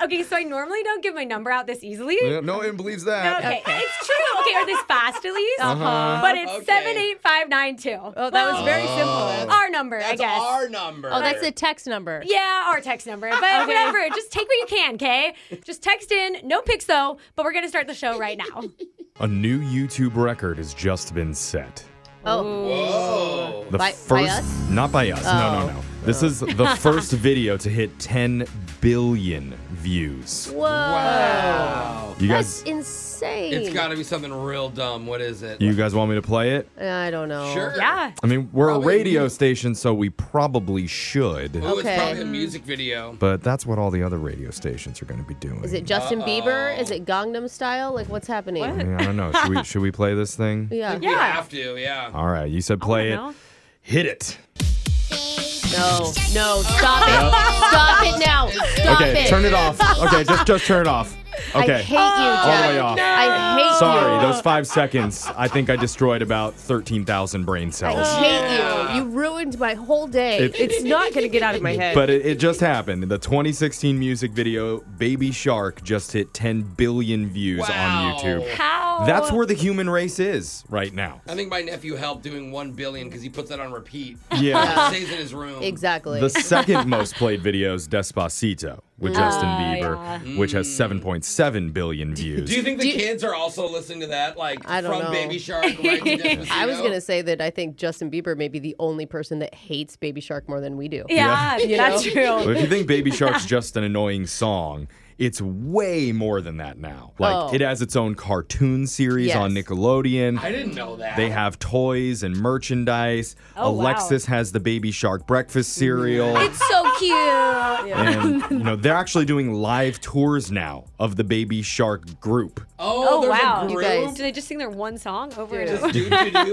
Okay, so I normally don't give my number out this easily. Yeah, No one believes that. Okay, uh, it's true. Okay, or this fast at least. Uh-huh. But it's Okay. 78592. Oh, that was very Oh. simple. Our number, I That's guess. our number. Oh, that's the text number. Yeah, our text number. But whatever, just take what you can, okay? Just text in, no pics though, but we're going to start the show right now. A new YouTube record has just been set. Oh. Whoa. The By- by first, us? Oh. Not by us. No, no, no. This is the first video to hit 10 billion views. Whoa. Wow. You That's guys, insane. It's got to be something real dumb. What is it? you guys want me to play it? I don't know. sure. Yeah. I mean, we're Probably- a radio station, so we probably should. Ooh, Okay. it's probably a music video. But that's what all the other radio stations are going to be doing. Is it Justin Bieber? Is it Gangnam Style? Like, what's happening? I, mean, I don't know. Should we, should we play this thing? Yeah. We have to, yeah. All right. You said play it. know. Hit it. No. No. Stop it. Stop it now. Stop okay. it. Turn it off. Okay. Just just turn it off. Okay. I hate you, Oh, Jeff. All the way off. I hate Sorry, you. those five seconds. I think I destroyed about 13,000 brain cells. I Oh. hate you. You ruined my whole day. It- it's not going to get out of my head. But it, it just happened. The 2016 music video Baby Shark just hit 10 billion views on Wow. YouTube. How? That's where the human race is right now. I think my nephew helped doing 1 billion because he puts that on repeat. Yeah. Stays in his room. exactly. The second most played video is Despacito with Justin Ah, Bieber, which Mm. has 7.7 billion views. Do you think the kids are also listening to that? Like I don't from know. Baby Shark right to Despacito? I was going to say that I think Justin Bieber may be the only person that hates Baby Shark more than we do. yeah, that's But true. if you think Baby Shark's just an annoying song, it's way more than that now. Like Oh. it has its own cartoon series Yes. on Nickelodeon. I didn't know that. They have toys and merchandise. Oh, wow. Alexis has the Baby Shark breakfast cereal. It's so cute. and you know they're actually doing live tours now of the Baby Shark group. Oh, Oh, there's wow. a You group. guys- Do they just sing their one song over and Just over? do do do a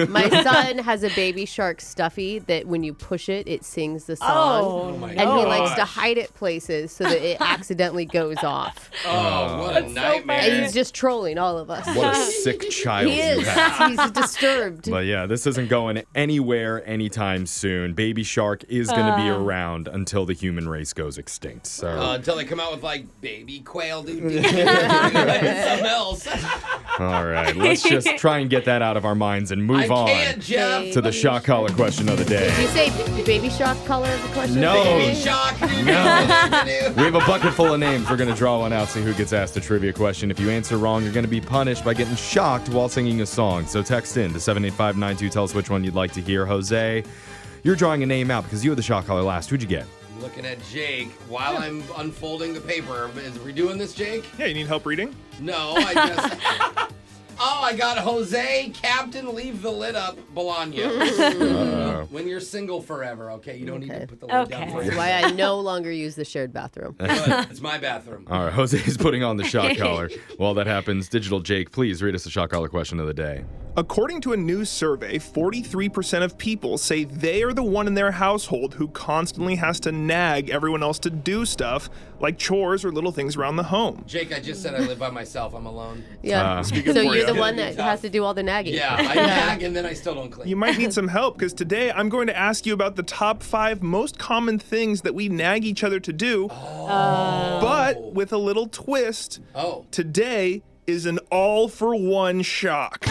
lot. My son has a Baby Shark stuffy that when you push it, it sings the song. Oh, my and he likes to hide it places so that it accidentally goes off. Oh, what a And nightmare. he's just trolling all of us. What a sick child He is. you have. He's disturbed. But yeah, this isn't going anywhere anytime soon. Baby Shark is going to be around until the human race goes extinct. So Uh, until they come out with like baby quail dude, dude, dude, dude, something else. All right, let's just try and get that out of our minds and I move can't, on Jeff. to the shock collar question of the Did day. you say Baby Shark color of the question? No. Baby shock. No. We have a bucket full of names. We're going to draw one out, see who gets asked a trivia question. If you answer wrong, you're going to be punished by getting shocked while singing a song. So text in to 78592. Tell us which one you'd like to hear. Jose, you're drawing a name out because you had the shock collar last. Who'd you get? Looking at Jake while I'm unfolding the paper. Is we doing this, Jake? Yeah, you need help reading? No, I just. oh, I got Jose Captain. Leave the lid up, Bologna. Uh. when you're single forever, okay, you don't need Okay. to put the lid Okay. down. For That's why I no longer use the shared bathroom. Good. It's my bathroom. All right, Jose is putting on the shock collar. While that happens, Digital Jake, please read us the shock collar question of the day. According to a new survey, 43% of people say they are the one in their household who constantly has to nag everyone else to do stuff, like chores or little things around the home. Jake, I just said I live by myself. I'm alone. Yeah. so Speaking for you're you. the one that has to do all the nagging. Yeah, I nag and then I still don't clean. You might need some help because today I'm going to ask you about the top five most common things that we nag each other to do, but with a little twist. oh, Today is an all for one shock.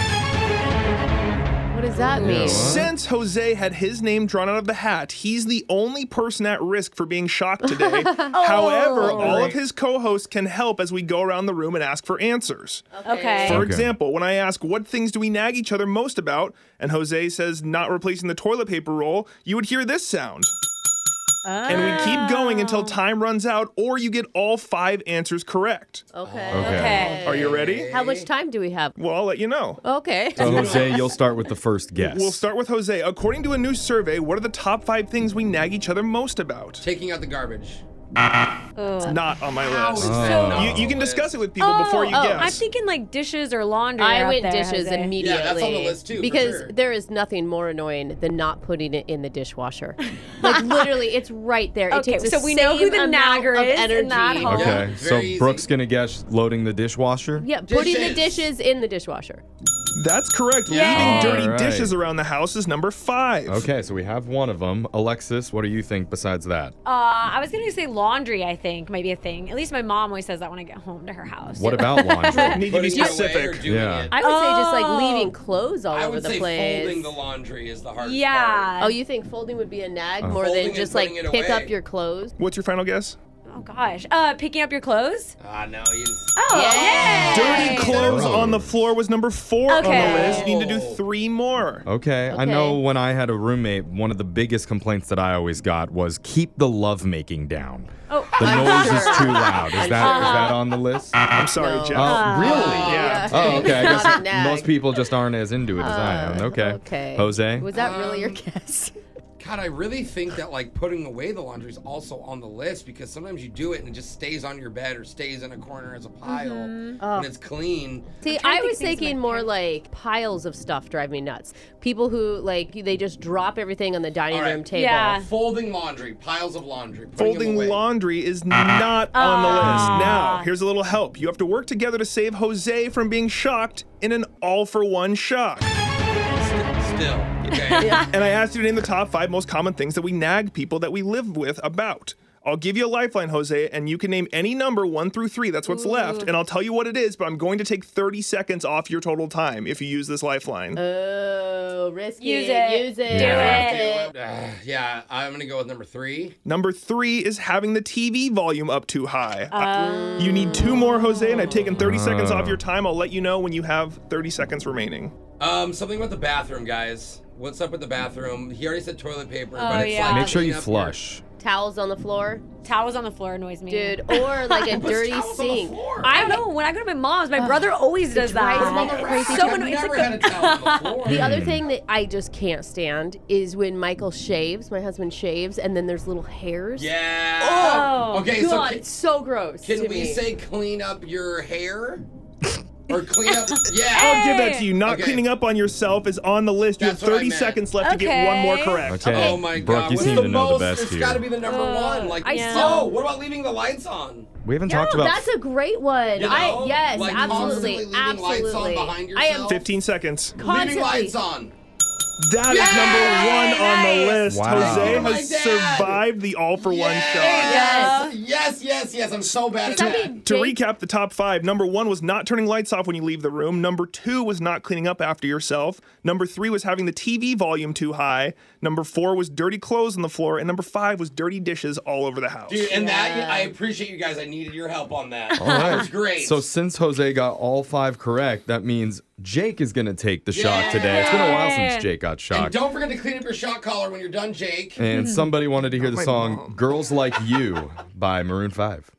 What does that mean? Since Jose had his name drawn out of the hat, he's the only person at risk for being shocked today. Oh. However, all of his co hosts can help as we go around the room and ask for answers. Okay. For Okay. example, when I ask, What things do we nag each other most about? and Jose says, Not replacing the toilet paper roll, you would hear this sound. And we Oh. keep going until time runs out or you get all five answers correct. Okay. Okay. Are you ready? How much time do we have? Well, I'll let you know. Okay. So, Jose, you'll start with the first guess. We'll start with Jose. According to a new survey, what are the top five things we nag each other most about? taking out the garbage. Not on my list. Oh. You, you can discuss it with people before you oh, I'm guess. thinking like dishes or laundry. I are up went there, dishes Jose. immediately. Yeah, that's on the list too, for Because sure. there is nothing more annoying than not putting it in the dishwasher. like literally, it's right there. Okay, it takes the so we know who same the amount nagger of is in energy. that home. Okay, Yeah, so very easy. Brooke's gonna guess loading the dishwasher. Yeah, putting the Dishes. dishes in the dishwasher. That's correct. Yay. Leaving dirty All right. dishes around the house is number five. Okay, so we have one of them. Alexis, what do you think besides that? Uh, I was gonna say laundry. I think might be a thing. At least my mom always says that when I get home to her house. What about laundry? Need to be Putting it away or specific. doing Yeah. it. I would say just Oh. like leaving clothes all I over would the say place. folding the laundry is the hardest Yeah. oh, you think folding would be a nag more Folding than and just like putting it pick up away. your clothes? What's your final guess? Oh gosh. Uh, picking up your clothes. part. Ah, no, you didn't- Oh yeah. Dirty clothes on the floor was number four on the Okay. list. You need to do Oh. three more. Okay, I Okay. know when I had a roommate, one of the biggest complaints that I always got was keep the lovemaking down. Oh. The noise is too loud. Is that is I'm that Uh-huh. on the list? Oh, I'm sorry, Jeff. really? yeah. Oh, okay. I It's Uh, not guess a nag. most people just aren't as into it as I am. Okay. Uh, okay. Jose? Was that really your guess? Um, God, I really think that like putting away the laundry is also on the list because sometimes you do it and it just stays on your bed or stays in a corner as a Mm-hmm. pile Mm-hmm. Oh. when it's clean. See, trying to I think was things that thinking might more count. like piles of stuff drive me nuts. People who like they just drop everything on the dining All right. room table. Yeah. Folding laundry, piles of laundry. putting them Folding away. Ah. laundry is not on the list. Now, here's a little help. You have to work together to save Jose from being shocked in an all for one shock. St- still. Okay. And I asked you to name the top five most common things that we nag people that we live with about. I'll give you a lifeline, Jose, and you can name any number one through three. That's what's left. And I'll tell you what it is, but I'm going to take 30 seconds off your total time if you use this lifeline. Oh, risky. Use it. Use it. Yeah. Use it. Uh, yeah, I'm gonna go with number three. Number three is having the TV volume up too high. I- you need two more, Jose, and I've taken 30 seconds Oh. off your time. I'll let you know when you have 30 seconds remaining. Um, something about the bathroom, guys. What's up with the bathroom? He already said toilet paper, Oh, but it's yeah. like Make sure clean you up your- flush. Towels on the floor, Towels on the floor annoys me. dude, or like a dirty Towels on the sink. floor. I don't know. When I go to my mom's, my brother always does drives that. me Crazy. So I've annoying. It's never like the- had a towel on the floor. The other thing that I just can't stand is when Michael shaves, my husband shaves, and then there's little hairs. Yeah. Oh, okay, so God, ca- it's so gross. Can to we me. say clean up your hair? or clean up? Yeah. I'll give that to you. Not Okay. cleaning up on on your self is on the list. That's you what I have 30 meant. seconds left to get one more Okay. correct. Okay. Oh my Brooke, god. you What's seem the to know most? the best It's here. got to be the number Uh, one. Like, I oh, still- what about leaving the lights on? We haven't No, talked about that's a great one. You I know, yes, like constantly absolutely, leaving lights on absolutely. behind I am yourself. 15 seconds. constantly. Leaving lights on. That is number one on the list. Wow. Jose Oh my has God. survived the all for one shot. Yes. Yes, yes, yes. I'm so bad at Does that that. mean To Jake- recap the top five, number one was not turning lights off when you leave the room. Number two was not cleaning up after yourself. Number three was having the TV volume too high. Number four was dirty clothes on the floor. And number five was dirty dishes all over the house. Dude, and that I appreciate you guys. I needed your help on that. All right. That was great. So since Jose got all five correct, that means Jake is gonna take the shock today. It's been a while since Jake got and shocked. don't forget to clean up your shot collar when you're done, Jake. And Mm-hmm. somebody wanted to hear the my song mom. "Girls Like You" by Maroon Five.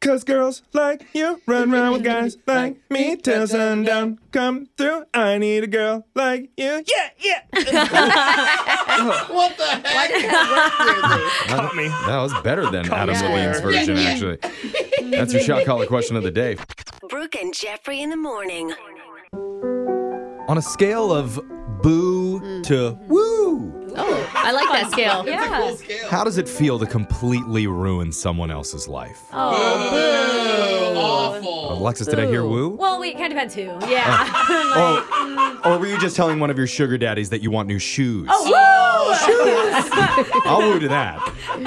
Cause girls like you run round with guys like me till sundown. Come through, I need a girl like you. Yeah, yeah. What the heck? Caught me. That was better than Adam yeah. Levine's version, actually. That's your shot collar question of the day. Brooke and Jeffrey in the morning. On a scale of boo to woo, Oh, I like that scale. It's a cool scale. how does it feel to completely ruin someone else's life? Boo, awful. Alexis, did I hear woo? Well, wait, kind of depends who. Yeah. Oh, or were you just telling one of your sugar daddies that you want new shoes? Oh, Oh, I'll woo to that.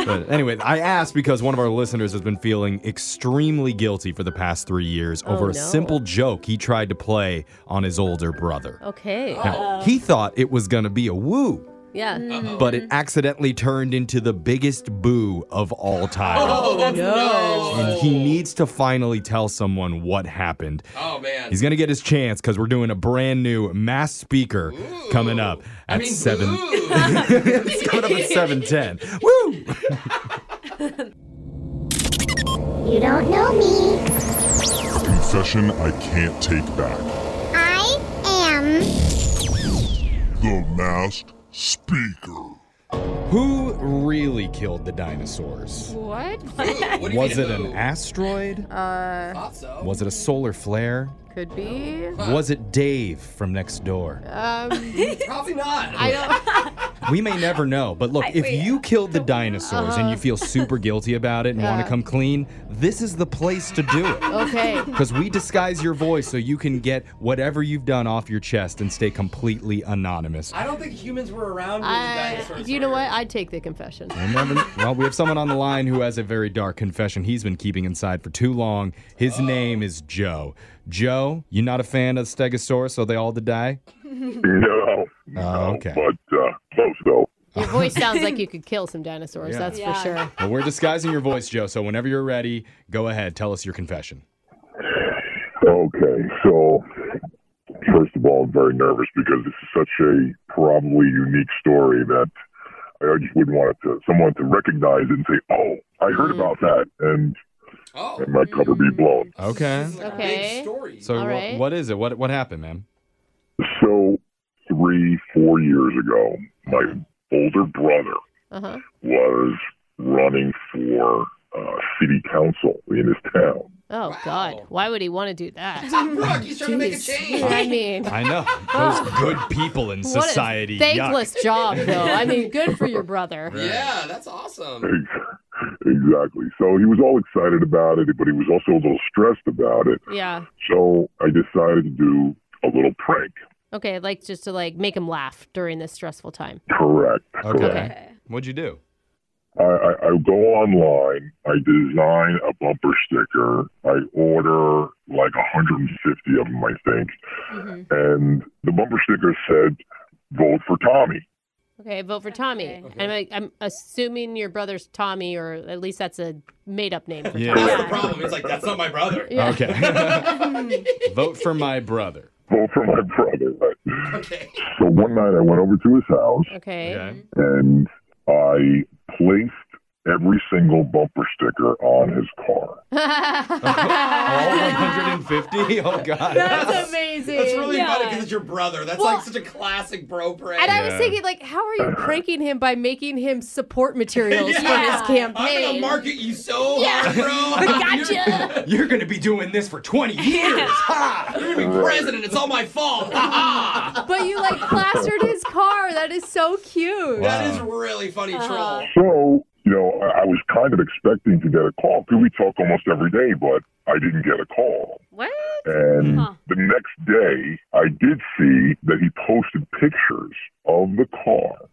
But anyway, I asked because one of our listeners has been feeling extremely guilty for the past three years over no. a simple joke he tried to play on his older brother. Okay. Now, he thought it was going to be a woo, Yeah. Mm. but it accidentally turned into the biggest boo of all time. Oh, And no. he needs to finally tell someone what happened. Oh, man. He's going to get his chance because we're doing a brand new mass speaker coming up at I mean, 7. boo. it's coming up at 7:10. Woo! You don't know me. Confession I can't take back. I am. The masked speaker. Who really killed the dinosaurs? What? Boo. What do you Was it mean, an boo? asteroid? Uh, Thought so. Was it a solar flare? Could be. Was it Dave from next door? Uh, Um, Probably not. I don't. We may never know, but look, if you killed the dinosaurs and you feel super guilty about it and want to Uh-huh. Yeah. come clean, this is the place to do it. Okay. Because we disguise your voice so you can get whatever you've done off your chest and stay completely anonymous. I don't think humans were around when the I, dinosaurs you know were. what? I'd take the confession. You never kn- well, we have someone on the line who has a very dark confession he's been keeping inside for too long. Oh. His name is Joe. Joe, you not a fan of Stegosaurus, so they all to die? No, Oh, okay. but uh, close though. Your voice sounds like you could kill some dinosaurs. Yeah. That's Yeah. for sure. Well, we're disguising your voice, Joe, so whenever you're ready, go ahead, tell us your confession. Okay, so first of all, I'm very nervous because this is such a probably unique story that I just wouldn't want it to someone to recognize it and say, "Oh, I heard about that," and, Oh, and my cover be blown. Okay. this is like a Okay. big story. So All wha- right. what is it? What what happened, man? So three, four years ago, my older brother Uh huh. was running for uh, city council in his town. Oh Wow. God! Why would he want to do that? Brooke, he's trying to make a Jeez. change. I mean, I know. Those good people in what society. a yuck. thankless job, though. I mean, good for your brother. Yeah, that's awesome. Exactly. So he was all excited about it, but he was also a little stressed about it. Yeah. So I decided to do a little prank. Okay, like just to like make him laugh during this stressful time. Correct. Okay. Correct. Okay. What'd you do? I, I, I go online. I design a bumper sticker. I order like 150 of them, I think. Mhm. And the bumper sticker said, "Vote for Tommy." Okay, vote for Tommy. Okay. I'm like, I'm assuming your brother's Tommy, or at least that's a made up name. For Yeah. That's the problem. It's like, that's not my brother. Yeah. Okay. Vote for my brother. Vote for my brother. Okay. So one night I went over to his house. Okay. Okay. and I placed every single bumper sticker on his car. All 150? Oh god. That's amazing. That's really Yeah. funny because it's your brother. That's Well- like such a classic bro prank. and I was Yeah. thinking, like, how are you pranking him by making him support materials Yeah. for his I'm gonna campaign? market you so Yeah. hard, bro. gotcha. You're gonna be doing this for 20 years. Ha! You're gonna be president. It's all my fault. Ha but you like plastered his car. That is so cute. Wow. ha. That is really funny troll. So, you know, I, I was kind of expecting to get a call because we talk almost every day, but I didn't get a call. What? And Huh. the next day, I did see that he posted pictures of the car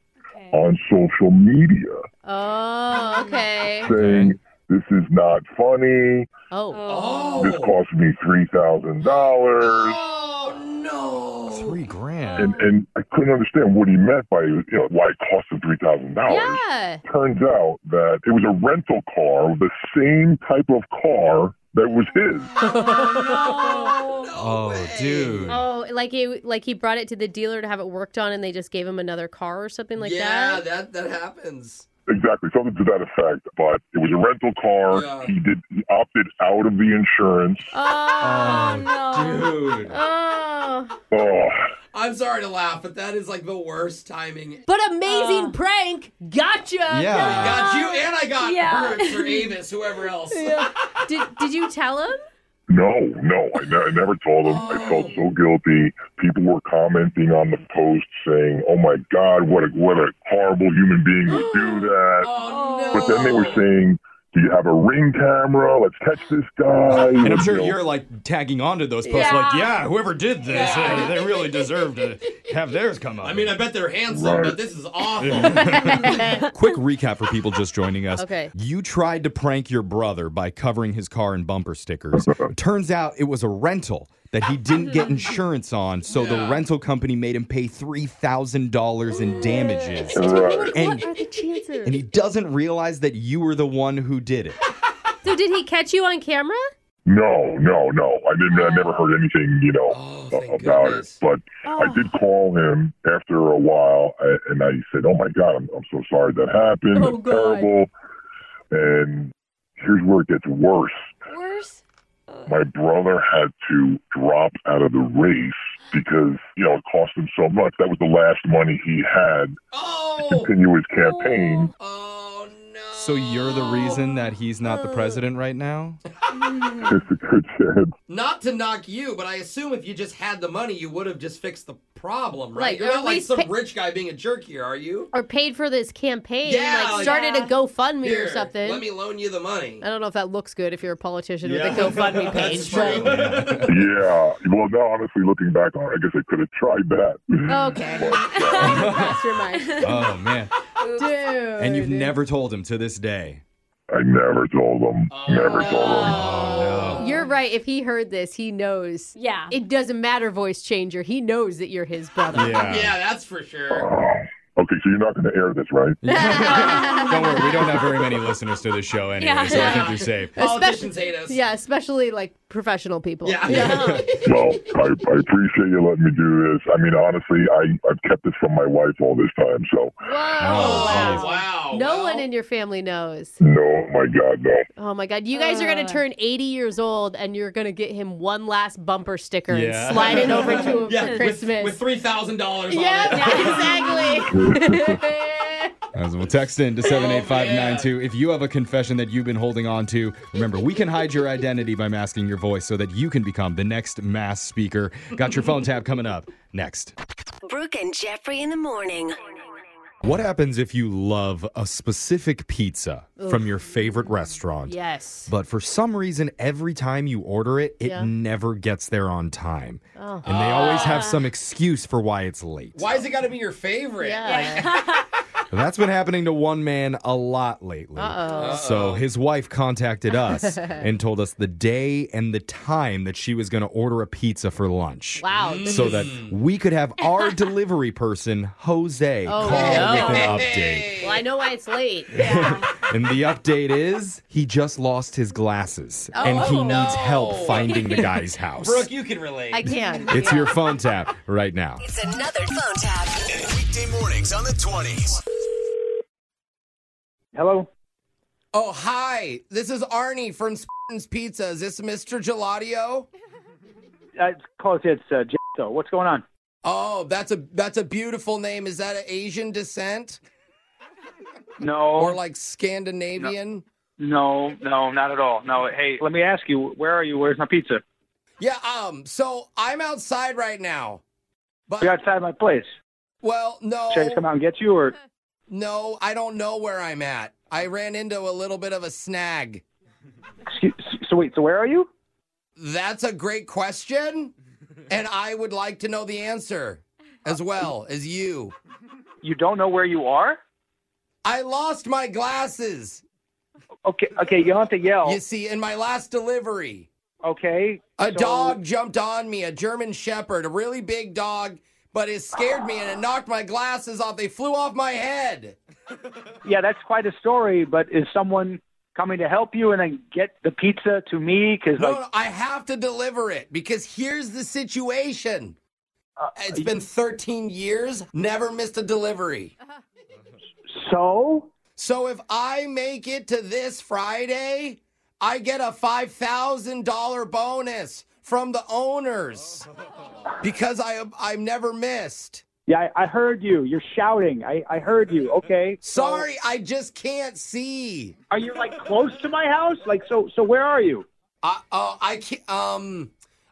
on social media Oh, okay. saying, this is not funny. Oh, This Oh. cost me $3,000. Oh no. Three grand. and and I couldn't understand what he meant by you know why it cost him three thousand dollars. yeah. Turns out that it was a rental car, the same type of car that was his. Oh, Oh, dude. Oh, like he like he brought it to the dealer to have it worked on, and they just gave him another car or something like yeah, that. that that happens. Exactly, something to that effect. But it was a rental car. Yeah. He did he opted out of the insurance. Oh, dude. oh. Oh, I'm sorry to laugh, but that is like the worst timing. Uh, But amazing prank. Gotcha. Yeah. Got you and I got Yeah. Hertz or Avis, whoever else. Did Did you tell him? no, no, I, ne- I never told him. I felt so guilty. People were commenting on the post saying, "Oh my God, what a what a horrible human being would do that." Oh no. But then they were saying, "Do you have a ring camera? Let's catch this guy." And I'm sure You know, you're like tagging onto those posts, Yeah. like, yeah, whoever did this, Yeah. they, they really deserve to have theirs come up. I mean, I bet they're handsome, Right. but this is awful. Quick recap for people just joining us. Okay. You tried to prank your brother by covering his car in bumper stickers. Turns out it was a rental that he didn't get insurance on, so the Yeah. rental company made him pay $3,000 in damages. Right. And, What are the chances? and he doesn't realize that you were the one who did it. So did he catch you on camera? No, no, no. I didn't. I never heard anything, you know, Oh, a- thank about goodness. Oh. it. But I did call him after a while, a- and I said, "Oh my God, I'm, I'm so sorry that happened. Oh, It's God. terrible." And here's where it gets worse. worse. My brother had to drop out of the race because you know it cost him so much. That was the last money he had to oh. continue his campaign. Oh no. So you're the reason that he's not the president right now? It's a good chance. Not to knock you, but I assume if you just had the money, you would have just fixed the problem, right? Like, You're or not at like least some pay- rich guy being a jerk here, are you? Or paid for this campaign, Yeah, like started yeah. a GoFundMe Here, or something. Let me loan you the money. I don't know if that looks good if you're a politician Yeah. with a GoFundMe That's page. true. but- Yeah. Well, now honestly, looking back on it, I guess I could have tried that. Oh, Okay. Mastermind. Oh man. Dude. And you've never told him to this day. I never told them. Never told them. Oh, You're right. If he heard this, he knows. Yeah. It doesn't matter, voice changer. He knows that you're his brother. yeah, that's for sure. Okay, so you're not going to air this, right? don't worry, we don't have very many listeners to this show anyway, Yeah. so I think you're safe. Politicians hate us. Yeah, especially like professional people. Yeah. Well, I, I appreciate you letting me do this. I mean, honestly, I, I've kept this from my wife all this time, so Oh, Whoa. Oh, wow. wow. No one in your family knows. no, my God, no. Oh my God. You guys are going Ugh. to turn 80 years old and you're going to get him one last bumper sticker Yeah. and slide it over to him yeah, for with- Christmas. with, three thousand dollars on yeah, it. exactly. As well, text in to 78592 if you have a confession that you've been holding on to. Remember, we can hide your identity by masking your voice so that you can become the next mass speaker. Got your phone tab coming up next. Brooke and Jeffrey in the morning. What happens if you love a specific pizza from your favorite restaurant? yes. But for some reason, every time you order it, it Yeah. Uh-huh. never gets there on time. And they always have some excuse for why it's late. Why has it got to be your favorite? Yeah. That's been happening to one man a lot lately. Uh-oh. So his wife contacted us and told us the day and the time that she was going to order a pizza for lunch. Wow. Mm. this So is- that we could have our delivery person, Jose, Oh, call no. with an update. Hey. Well, I know why it's late. And the update is he just lost his glasses and he Oh, needs no. help finding the guy's house. Brooke, you can relate. I can. It's your phone tap right now. It's another phone tap. Weekday mornings on the 20s. Hello. oh, hi. This is Arnie from Spartan's Pizza. Is this Mr. Gelatio? Uh, it's close. It's uh, Jeff. So, what's going on? Oh, that's a that's a beautiful name. Is that an Asian descent No, or like Scandinavian? Oh. no, no, not at all. No. Hey, let me ask you. Where are you? Where's my pizza? Yeah. Um. So I'm outside right now, but You're outside my place. well, no, Should I just come out and get you, or no, I don't know where I'm at. I ran into a little bit of a snag. excuse, so wait. So where are you? That's a great question, and I would like to know the answer as well as you. You don't know where you are? I lost my glasses. Okay. Okay. You don't have to yell. You see, in my last delivery, Okay. a so- dog jumped on me, a German Shepherd, a really big dog, but it scared me and it knocked my glasses off. They flew off my head. Yeah, that's quite a story. But is someone coming to help you and then get the pizza to me? Because No, like, no, I have to deliver it because here's the situation. Uh, It's been 13 years, never missed a delivery. so So if I make it to this Friday, I get a $5,000 bonus from the owners because I I've never missed. yeah, I, I heard you. You're shouting. I, I heard you. Okay. Sorry, I just can't see. Are you like close to my house? Like, so so where are you? I uh, I can't um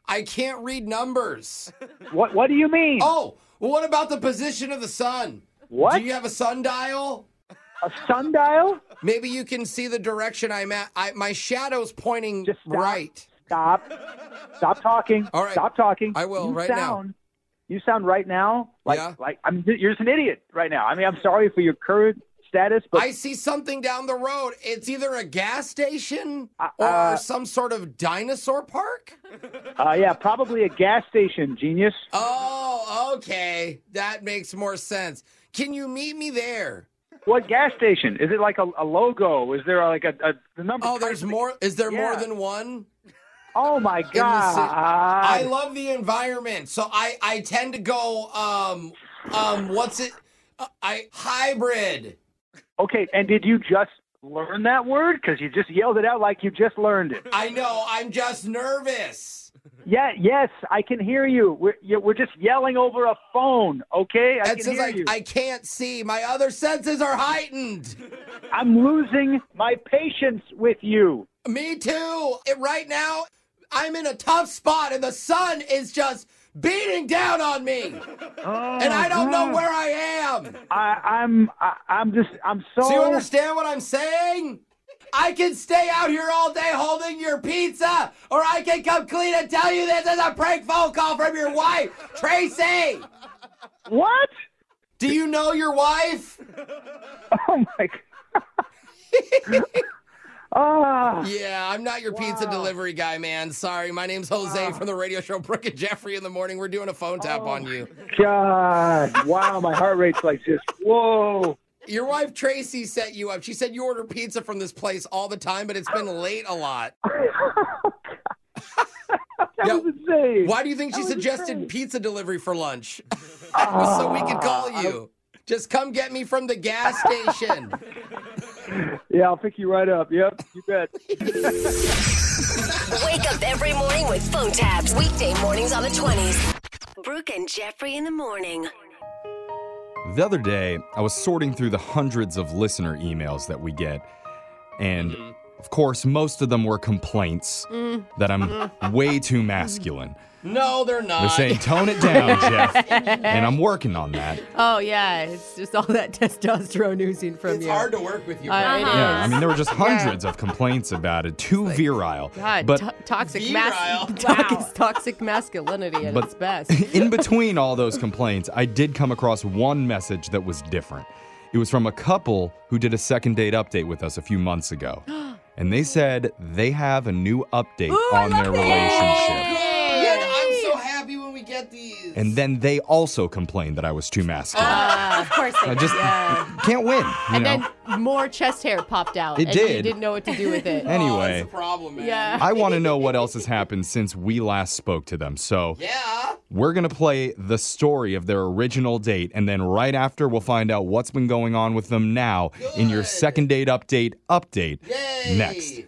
I can't read numbers. What What do you mean? Oh, well, what about the position of the sun? what? Do you have a sundial? a sundial? Maybe you can see the direction I'm at. I, my shadow's pointing Just stop. right. Stop. Stop talking. All right. Stop talking. I will you right now. sound, now. You sound right now like Yeah. like I mean you're just an idiot right now. I mean I'm sorry for your current status, but I see something down the road. It's either a gas station Uh, or uh, some sort of dinosaur park. uh, yeah, probably a gas station, genius. Oh, okay. That makes more sense. Can you meet me there? What gas station? Is it like a, a logo? Is there like a, a the number? Oh, there's more. Is there more Yeah. than one? Oh my In the god! ci- I love the environment, so I I tend to go um um what's it? Uh, I hybrid. okay, and did you just learn that word? Because you just yelled it out like you just learned it. I know. I'm just nervous. Yeah, yes, I can hear you. We're, you- we're just yelling over a phone, okay? I Ed can says hear I, you. I can't see. My other senses are heightened. I'm losing my patience with you. Me too. It- right now, I'm in a tough spot, and the sun is just beating down on me. Oh, and I don't know God. where I am. I, I'm I, I'm just I'm so. Do you understand what I'm saying? I can stay out here all day holding your pizza, or I can come clean and tell you this is a prank phone call from your wife, Tracy. What? Do you know your wife? Oh my. God. Ah. Yeah, I'm not your pizza delivery guy, man. Sorry, my name's Jose Ah. from the radio show Brooke and Jeffrey in the morning. We're doing a phone Oh, tap on you. God, wow, my heart rate's like just whoa. Your wife Tracy set you up. She said you order pizza from this place all the time, but it's been late a lot. That Yeah, was insane. Why do you think she suggested pizza delivery for lunch? so we could call you. Just come get me from the gas station. Yeah, I'll pick you right up. Yep, you bet. Wake up every morning with phone tabs. Weekday mornings on the 20s. Brooke and Jeffrey in the morning. The other day, I was sorting through the hundreds of listener emails that we get, and of course, most of them were complaints Mm. that I'm way too masculine. No, they're not. They're saying, tone it down, Jeff. And I'm working on that. Oh yeah, it's just all that testosterone oozing from it's you. hard to work with you. Uh, bro. it Yeah, is. I mean, there were just hundreds of complaints about it. Too virile. God, but to- toxic Virile. mas- Wow. toxic, toxic masculinity at But- its best. Uh, in between all those complaints, I did come across one message that was different. It was from a couple who did a second date update with us a few months ago. And they said they have a new update on their relationship. Good. I'm so happy when we get these. And then they also complained that I was too masculine. of course Oh, they I just can't win, you and know. then more chest hair popped out, It and did. you didn't know what to do with it. And- Oh, that's anyway. the problem, man. uh, yeah. I want to know what else has happened since we last spoke to them. So Yeah. We're going to play the story of their original date, and then right after, we'll find out what's been going on with them now in your second date update update Yay. next.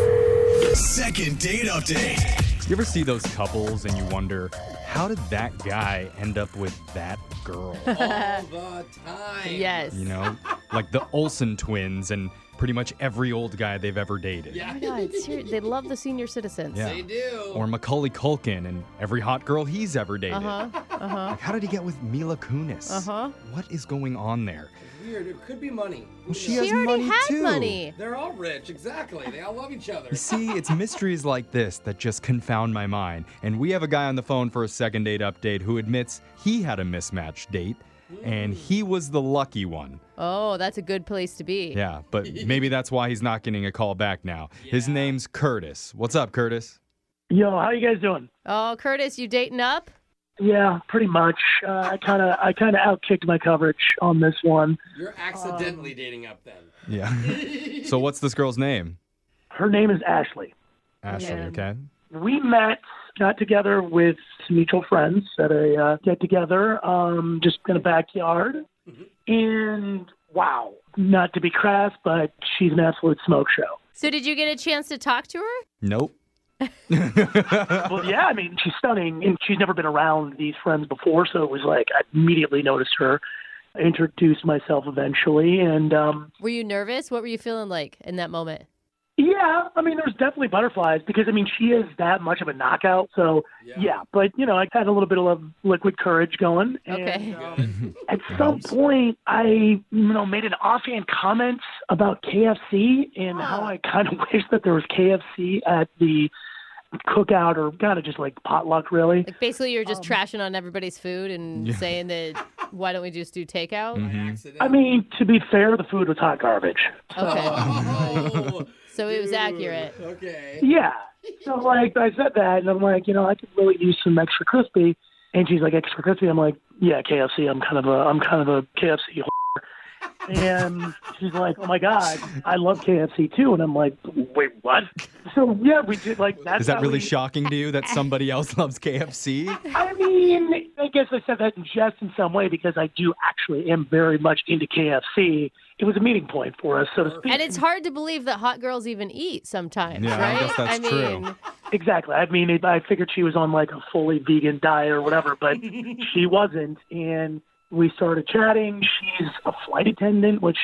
Second date update. You ever see those couples and you wonder, how did that guy end up with that girl? All the time. yes. You know, like the Olsen twins and pretty much every old guy they've ever dated. Yeah. Oh God, ser- they love the senior citizens. Yeah. They do. Or Macaulay Culkin and every hot girl he's ever dated. Uh huh. Uh huh. Like, how did he get with Mila Kunis? Uh-huh. What is going on there? Weird. It could be money. She, She has already money had too. money. They're all rich. Exactly. They all love each other. You see, it's mysteries like this that just confound my mind. And we have a guy on the phone for a second date update who admits he had a mismatched date and he was the lucky one. Oh, that's a good place to be. Yeah, but maybe that's why he's not getting a call back now. His name's Curtis. What's up, Curtis? Yo, how you guys doing? Oh, Curtis, you dating up? Yeah, pretty much. Uh, I kind of I kind of outkicked my coverage on this one. You're accidentally dating up then. Yeah. so, what's this girl's name? Her name is Ashley. Ashley, Yeah. okay? We met, got together with some mutual friends at a uh, get together, um, just in a backyard, Mm-hmm. and wow, not to be crass, but she's an absolute smoke show. So, did you get a chance to talk to her? Nope. Well, yeah, I mean, she's stunning, and she's never been around these friends before, so it was like I immediately noticed her, introduced myself eventually, and um, Were you nervous? What were you feeling like in that moment? Yeah, I mean, there's definitely butterflies because I mean she is that much of a knockout. So yeah, but you know, I had a little bit of liquid courage going. And, Okay. um, at some point, I you know made an offhand comment about KFC and how I kind of wish that there was KFC at the cookout or kind of just like potluck, really. Like basically, you're Um, just trashing on everybody's food and saying that why don't we just do takeout? Mm. Accident. I mean, to be fair, the food was hot garbage. Okay, Oh, so it was dude. accurate. Okay. Yeah. So like I said that, and I'm like, you know, I could really use some extra crispy. And she's like, extra crispy. I'm like, yeah, KFC. I'm kind of a, I'm kind of a KFC. whore." and she's like, oh my god, I love KFC too. And I'm like, wait, what? So yeah, we did like that's Is that how really we- shocking to you that somebody else loves KFC? I mean, I guess I said that in jest in some way because I do actually am very much into KFC. It was a meeting point for us, so to speak. And it's hard to believe that hot girls even eat sometimes, Yeah, I right? guess that's true. mean, Exactly. I mean, it, I figured she was on like a fully vegan diet or whatever, but she wasn't. And we started chatting. She's a flight attendant, which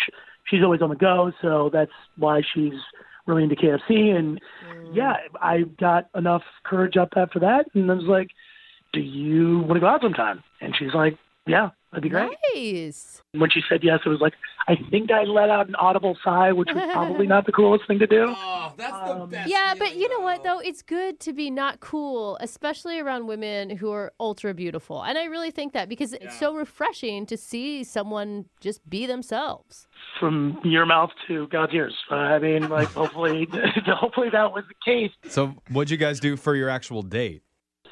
she's always on the go, so that's why she's really into KFC. And yeah, I got enough courage up after that, and I was like, "Do you want to go out sometime?" And she's like, "Yeah, that'd be great." Nice. When she said yes, it was like I think I let out an audible sigh, which was probably not the coolest thing to do. Oh, yeah, but you know what though? It's good to be not cool, especially around women who are ultra beautiful. And I really think that because it's so refreshing to see someone just be themselves. From your mouth to God's ears. Uh, I mean, like hopefully, hopefully that was the case. So, what'd you guys do for your actual date?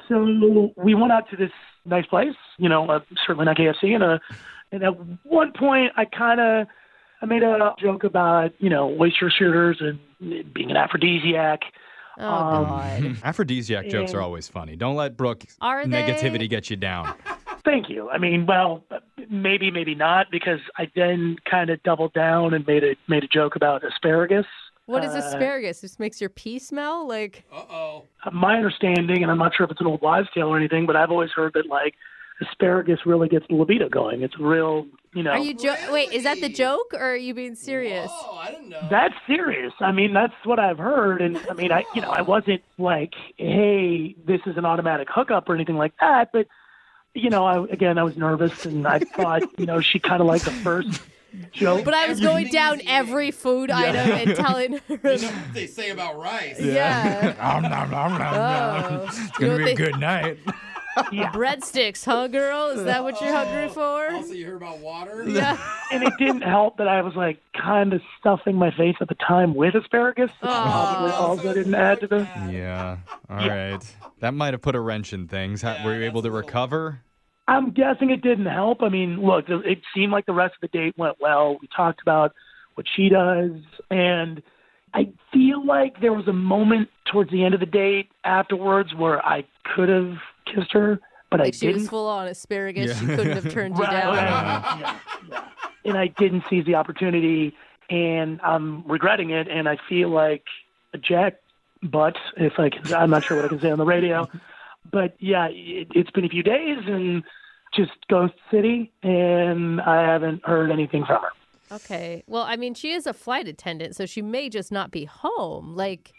So we went out to this nice place, you know, uh, certainly not KFC. And, uh, and at one point, I kind of I made a joke about you know oyster shooters and it being an aphrodisiac. Um, Oh Um, Aphrodisiac jokes are And- always funny. Don't let Brooke Are negativity they? get you down. Thank you. I mean, well, maybe, maybe not, because I then kind of doubled down and made a made a joke about asparagus. What is Uh, asparagus? This makes your pee smell like. Uh oh. My understanding, and I'm not sure if it's an old wives' tale or anything, but I've always heard that like asparagus really gets the libido going. It's a real, you know. Are you jo- wait? Is that the joke or are you being serious? Oh, I didn't know. That's serious. I mean, that's what I've heard, and I mean, I you know, I wasn't like, hey, this is an automatic hookup or anything like that, but you know, I again, I was nervous, and I thought, you know, she kind of liked the first joke. But I was going down every food item and telling her. what they say about rice. Yeah. Nom, nom, nom, nom, nom. Oh. It's You gonna know be what a they- good night. Breadsticks, huh, girl? Is that what you're hungry for? Oh. Also, you hear about water? Yeah. and it didn't help that I was like kind of stuffing my face at the time with asparagus, which probably also didn't add to the. Yeah. All right. That might have put a wrench in things. How, were you able to recover? I'm guessing it didn't help. I mean, look, it it seemed like the rest of the date went well. We talked about what she does, and I feel like there was a moment towards the end of the date afterwards where I could have kissed her, but I like she didn't, was full on asparagus. She Yeah. couldn't have turned you Right, down. right. and I didn't seize the opportunity, and I'm regretting it. And I feel like a jack butt, if I can, I'm not sure what I can say on the radio, but yeah, it, it's been a few days and just Ghost City, and I haven't heard anything from her. Okay. Well, I mean, she is a flight attendant, so she may just not be home. Like,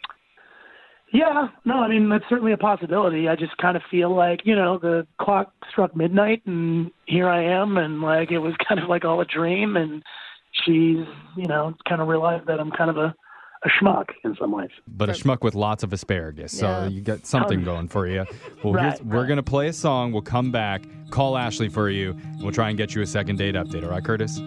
Yeah, no, I mean that's certainly a possibility. I just kind of feel like you know the clock struck midnight, and here I am, and like it was kind of like all a dream, and she's you know kind of realized that I'm kind of a a schmuck in some ways. But a schmuck with lots of asparagus. So Yeah. Um, you got something going for you. Well, Right, here's, we're going to play a song. We'll come back, call Ashley for you, and we'll try and get you a second date update. All right, Curtis?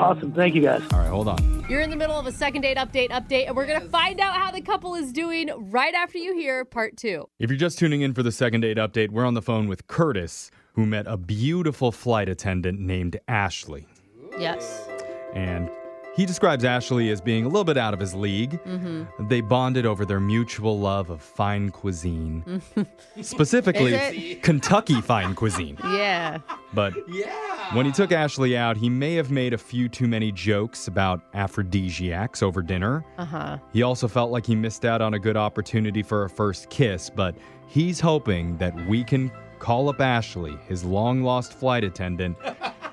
Awesome. Thank you, guys. All right, hold on. you're in the middle of a second date update update, and we're going to find out how the couple is doing right after you hear part two. If you're just tuning in for the second date update, we're on the phone with Curtis, who met a beautiful flight attendant named Ashley. Yes. And he describes Ashley as being a little bit out of his league. Mm-hmm. Mm. They bonded over their mutual love of fine cuisine, Mm. Is specifically it? Kentucky fine cuisine. Yeah. But when he took Ashley out, he may have made a few too many jokes about aphrodisiacs over dinner. Uh huh. He also felt like he missed out on a good opportunity for a first kiss, but he's hoping that we can call up Ashley, his long lost flight attendant,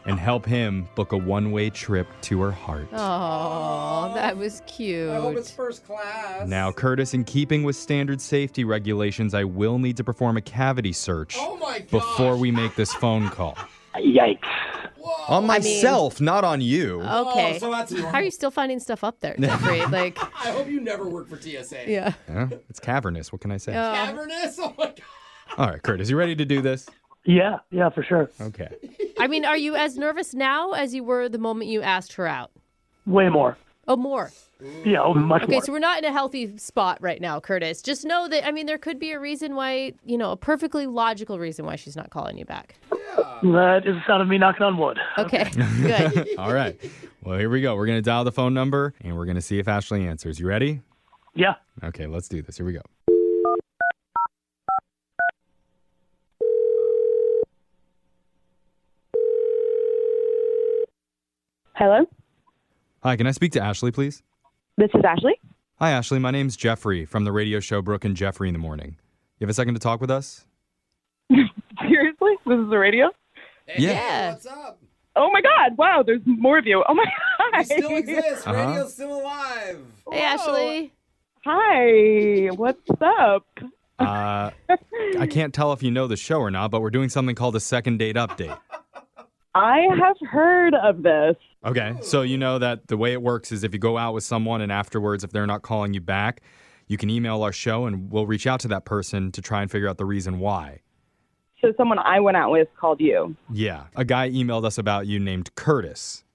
and help him book a one way trip to her heart. Oh, that was cute. I hope it's first class. Now, Curtis, in keeping with standard safety regulations, I will need to perform a cavity search Oh before we make this phone call. Yikes. On I mean- myself, not on you. Okay. Oh, so that's How are you still finding stuff up there, Jeffrey? like, I hope you never work for TSA. yeah. Yeah, it's cavernous. What can I say? Uh, Cavernous? Oh my God. All right, Curtis, you ready to do this? Yeah, yeah, for sure. Okay. I mean, are you as nervous now as you were the moment you asked her out? Way more. Oh, more. Yeah, oh, much Okay, more. so we're not in a healthy spot right now, Curtis. Just know that, I mean, there could be a reason why, you know, a perfectly logical reason why she's not calling you back. that is the sound of me knocking on wood. Okay, good. All right. Well, here we go. We're going to dial the phone number and we're going to see if Ashley answers. You ready? Yeah. Okay, let's do this. Here we go. Hello, Hi, can I speak to Ashley, please? this is Ashley. Hi, Ashley. My name's Jeffrey from the radio show Brooke and Jeffrey in the Morning. You have a second to talk with us? Seriously? This is the radio? Yeah. What's up? Oh my God. Wow, there's more of you. Oh my God. You still exist. Uh-huh. Radio's still alive. Hey, Ashley. Hi. What's up? Uh, I can't tell if you know the show or not, but we're doing something called a second date update. I have heard of this. Okay. So you know that the way it works is if you go out with someone and afterwards, if they're not calling you back, you can email our show and we'll reach out to that person to try and figure out the reason why. So, someone I went out with called you. Yeah. A guy emailed us about you named Curtis.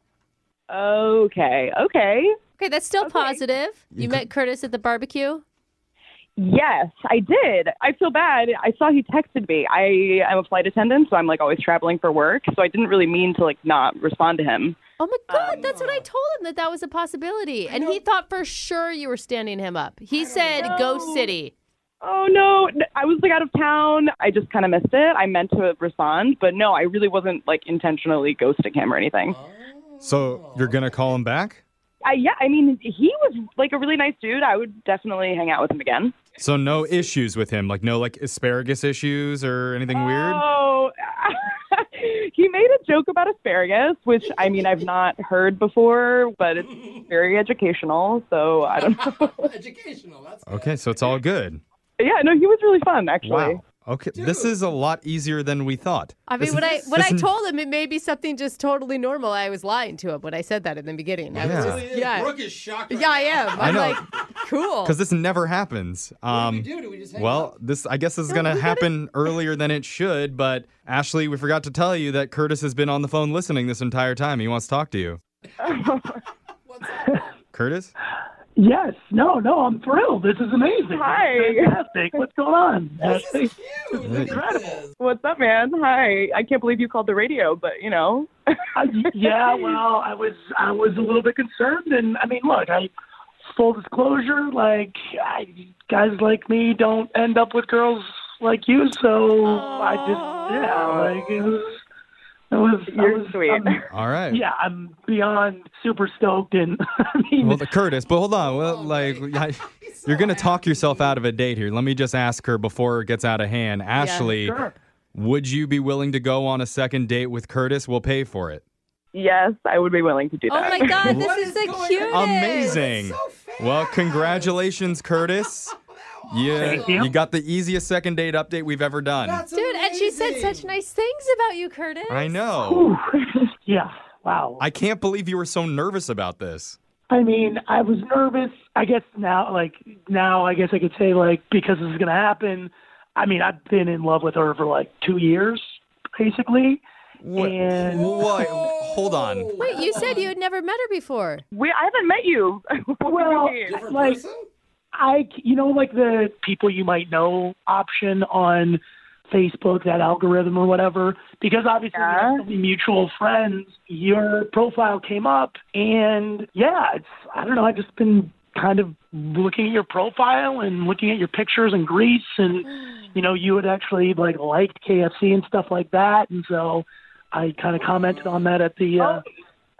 Okay. Okay. Okay, that's still positive. You, met Curtis at the barbecue. Yes, I did. I feel bad. I saw he texted me. I am a flight attendant, so I'm like always traveling for work. So I didn't really mean to like not respond to him. Oh my God, Um, that's what I told him that that was a possibility, and he thought for sure you were standing him up. He said, "Go City." Oh no, N- I was like out of town. I just kind of missed it. I meant to respond, but no, I really wasn't like intentionally ghosting him or anything. Oh. So you're going to call him back? I, yeah, I mean, he was like a really nice dude. I would definitely hang out with him again. So no issues with him, like no like asparagus issues or anything weird? Oh, he made a joke about asparagus, which I mean, I've not heard before, but it's very educational. So I don't know. Educational. That's Okay, so it's all good. yeah, no, he was really fun, actually. Wow. Okay, this is a lot easier than we thought. I mean, This when I is- when this I is- told him it may be something just totally normal, I was lying to him when I said that in the beginning. I was Yeah. just, yeah, Brooke is shocked. yeah, I am. I I'm know. like, cool. Because this never happens. Um, do we do? Do we just hang well, this I guess this is gonna happen earlier than it should. But Ashley, we forgot to tell you that Curtis has been on the phone listening this entire time. He wants to talk to you. Curtis, Yes. No, no, I'm thrilled. This is amazing. Hi. Fantastic. What's going on? Ashley? Incredible. What's up, man? Hi. I can't believe you called the radio, but you know. yeah, well, I was I was a little bit concerned, and I mean, look, I full disclosure, like I, guys like me don't end up with girls like you, so I just yeah, like it was. It was You're I was, sweet. I'm- all right. yeah, I'm beyond super stoked, and I mean, Well, the Curtis, but hold on. Oh, Well, like I, you're gonna talk yourself out of a date here. Let me just ask her before it gets out of hand. Ashley, sure. would you be willing to go on a second date with Curtis? We'll pay for it. yes, I would be willing to do Oh that. my God, What this is the cutest. Amazing. well, congratulations, Curtis. Yeah, Thank you. you. got the easiest second date update we've ever done. Dude, and she said such nice things about you, Curtis. I know. yeah, wow. I can't believe you were so nervous about this. I mean, I was nervous. I guess now, like now, I guess I could say like because this is gonna happen. I mean, I've been in love with her for like two years, basically. What? And What? Hold on. Wait, you said you had never met her before. We, I haven't met you. What do you well, mean? like I, you know, like the people you might know option on Facebook, that algorithm or whatever. Because obviously, we have Yeah. so many mutual friends. Your profile came up, and yeah, it's I don't know. I've just been kind of looking at your profile and looking at your pictures in Greece, and you know, you had actually like liked KFC and stuff like that, and so I kind of commented on that at the. Uh,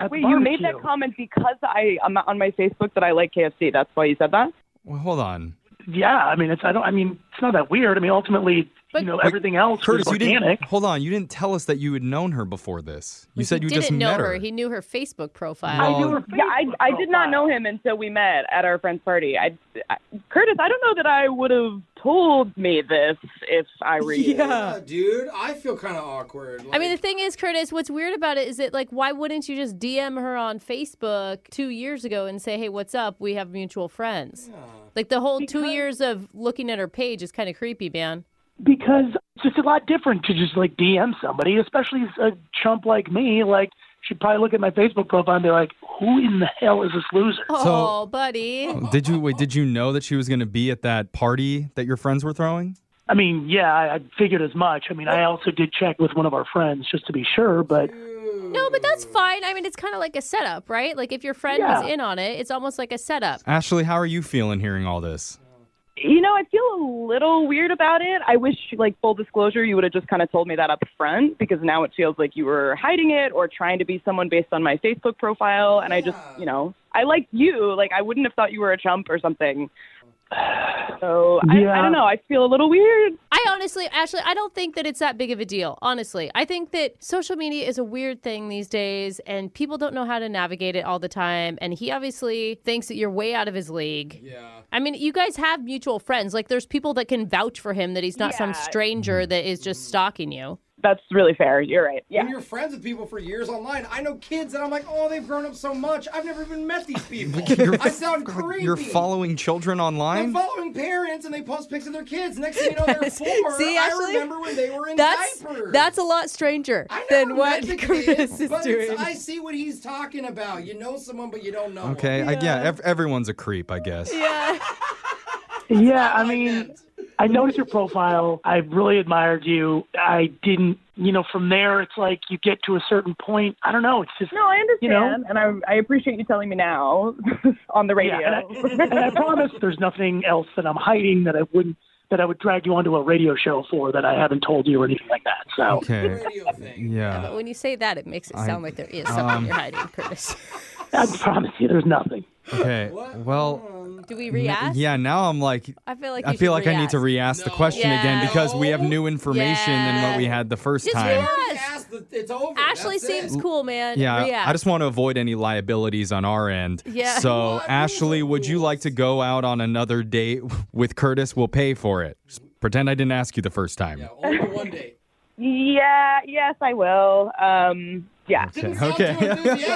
at the Wait, you made barbecue. that comment because I am on my Facebook that I like KFC. That's why you said that. Well, hold on. Yeah, I mean, it's I don't. I mean, it's not that weird. I mean, ultimately, you know, everything else Curtis, was you didn't. organic. Hold on. You didn't tell us that you had known her before this. You said you didn't just know met her. her. Oh. He knew her Facebook profile. I knew Well, her Yeah, I, Facebook I did not profile. know him until we met at our friend's party. I, I, Curtis, I don't know that I would have told me this if I were you. Yeah, dude. I feel kind of awkward. I mean, the thing is, Curtis, what's weird about it is that, like, why wouldn't you just DM her on Facebook two years ago and say, hey, what's up? We have mutual friends. Like, the whole two years of looking at her page is kind of creepy, man. because it's just a lot different to just like DM somebody, especially a chump like me. Like, should probably look at my Facebook profile and be like, "Who in the hell is this loser?" Oh, buddy. Did you wait? Did you know that she was going to be at that party that your friends were throwing? I mean, yeah, I, I figured as much. I mean, I also did check with one of our friends just to be sure, but No, but that's fine. I mean, it's kind of like a setup, right? Like, if your friend was Yeah. in on it, it's almost like a setup. Ashley, how are you feeling hearing all this? You know, I feel a little weird about it. I wish, like, full disclosure, you would have just kind of told me that up front because now it feels like you were hiding it or trying to be someone based on my Facebook profile. And I just, you know, I like you. Like, I wouldn't have thought you were a chump or something. So I, I don't know. I feel a little weird. I honestly, Ashley, I don't think that it's that big of a deal. Honestly, I think that social media is a weird thing these days, and people don't know how to navigate it all the time. And he obviously thinks that you're way out of his league. Yeah. I mean, you guys have mutual friends. Like, there's people that can vouch for him that he's not some stranger that is just stalking you. That's really fair. You're right. When you're friends with people for years online, I know kids that I'm like, oh, they've grown up so much. I've never even met these people. I sound creepy. You're following children I'm online? following parents, and they post pics of their kids. Next thing you know, they're See, four. I Ashley? remember when they were in that's diapers. that's a lot stranger than what That's the Chris kids, is but it's- doing. I see what he's talking about. You know someone, but you don't know. Okay, them. I, yeah, ev- everyone's a creep, I guess. Yeah. Yeah, I mean, I noticed your profile. I really admired you. I didn't, you know, from there, it's like you get to a certain point. I don't know. It's just, No, I understand, You know? and I, I appreciate you telling me now on the radio. Yeah, and, I, and I promise there's nothing else that I'm hiding that I wouldn't, that I would drag you onto a radio show for that I haven't told you or anything like that. So, Okay. Yeah. But when you say that, it makes it I- sound like there is something um, you're hiding, Curtis. I promise you there's nothing. Okay. Well, Do we n- react? yeah, now I'm like, I feel like I you feel should like I need to re ask the question again Yeah. because we have new information than what Yeah. we had the first Just time. react. It's over. Ashley seems cool, man. Yeah, I- React. I just want to avoid any liabilities on our end. Yeah. So, Ashley, would you like to go out on another date with Curtis? We'll pay for it. Just pretend I didn't ask you the first time. yeah, yes, I will. Um, yeah. Okay.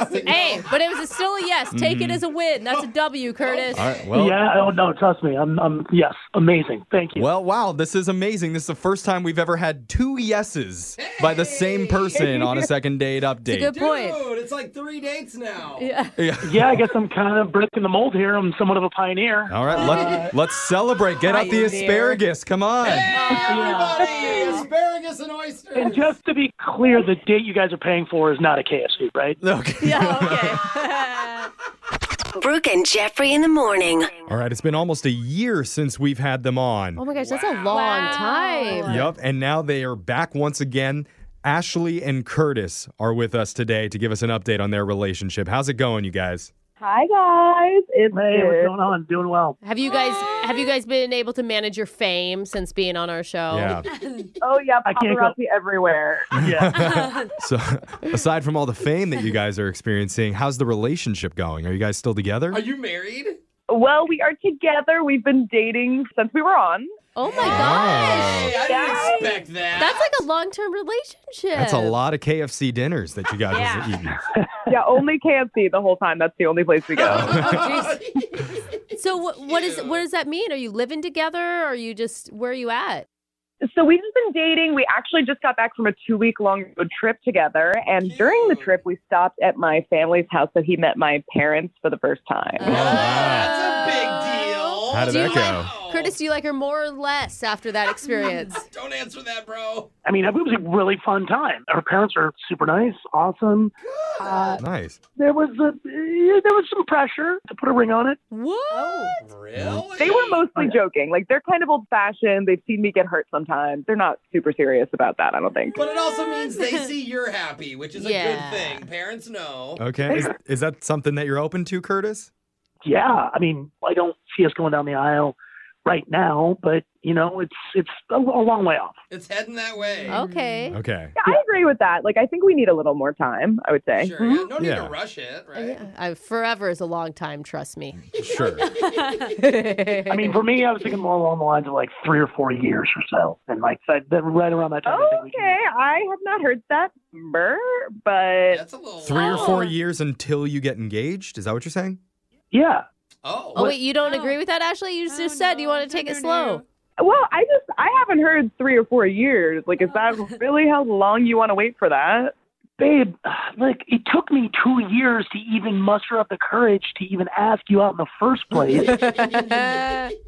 Hey, but it was a still a yes. Take Mm-hmm. it as a win. That's a W, Curtis. yeah, oh no, trust me. I'm, I'm, yes, amazing. Thank you. Well, wow, this is amazing. This is the first time we've ever had two yeses by the same person on a second date update. Dude, it's like three dates now. Yeah. Yeah. yeah, I guess I'm kind of breaking the mold here. I'm somewhat of a pioneer. All right, let, let's celebrate. Get out the Pioneer. asparagus. Come on. Everybody, asparagus and oysters. And just to be clear, the date you guys are paying for is not a KFC, right? Okay. Brooke and Jeffrey in the morning. All right, it's been almost a year since we've had them on. Oh my gosh, that's a long time. Yep, and now they are back once again. Ashley and Curtis are with us today to give us an update on their relationship. How's it going, you guys? Hi guys. It's hey, what's good. going on? Doing well. Have you guys have you guys been able to manage your fame since being on our show? Yeah. Oh yeah, can't go- paparazzi everywhere. so, aside from all the fame that you guys are experiencing, how's the relationship going? Are you guys still together? you married? Well, we are together. We've been dating since we were on. Oh my gosh. Hey, I Yeah. didn't expect that. That's like a long term relationship. That's a lot of KFC dinners that you guys Yeah. have eaten. Yeah, only KFC the whole time. That's the only place we go. Oh, jeez. so what, what is what does that mean? Are you living together? Or are you just where are you at? so we've just been dating. We actually just got back from a two week long road trip together. And during the trip, we stopped at my family's house. So he met my parents for the first time. How did Do that you like- go? Oh. Curtis, do you like her more or less after that experience? Don't answer that, bro. I mean, it was a really fun time. Our parents are super nice, awesome. Uh, Nice. there was a, eh, there was some pressure to put a ring on it. What? Really? They were mostly joking. Like they're kind of old fashioned. They've seen me get hurt sometimes. They're not super serious about that, I don't think. But it also means they see you're happy, which is Yeah. a good thing. Parents know. Okay. Is, is that something that you're open to, Curtis? Yeah, I mean, I don't see us going down the aisle right now, but you know, it's it's a, a long way off. It's heading that way. Okay. Mm. Okay. Yeah, I agree with that. Like I think we need a little more time, I would say. Sure. Yeah. No need Yeah. to rush it, right? Yeah, I, forever is a long time, trust me. Sure. I mean, for me, I was thinking more along the lines of like three or four years or so, and like that, that right around that time. I think we Okay, I have not heard that number, but That's a little. Three or Oh. four years until you get engaged? Is that what you're saying? yeah, Oh. Oh, wait, you don't agree with that, Ashley? You just said you want to take it slow. well, I just I haven't heard three or four years. Like, is that really how long you want to wait for that? babe, like it took me two years to even muster up the courage to even ask you out in the first place.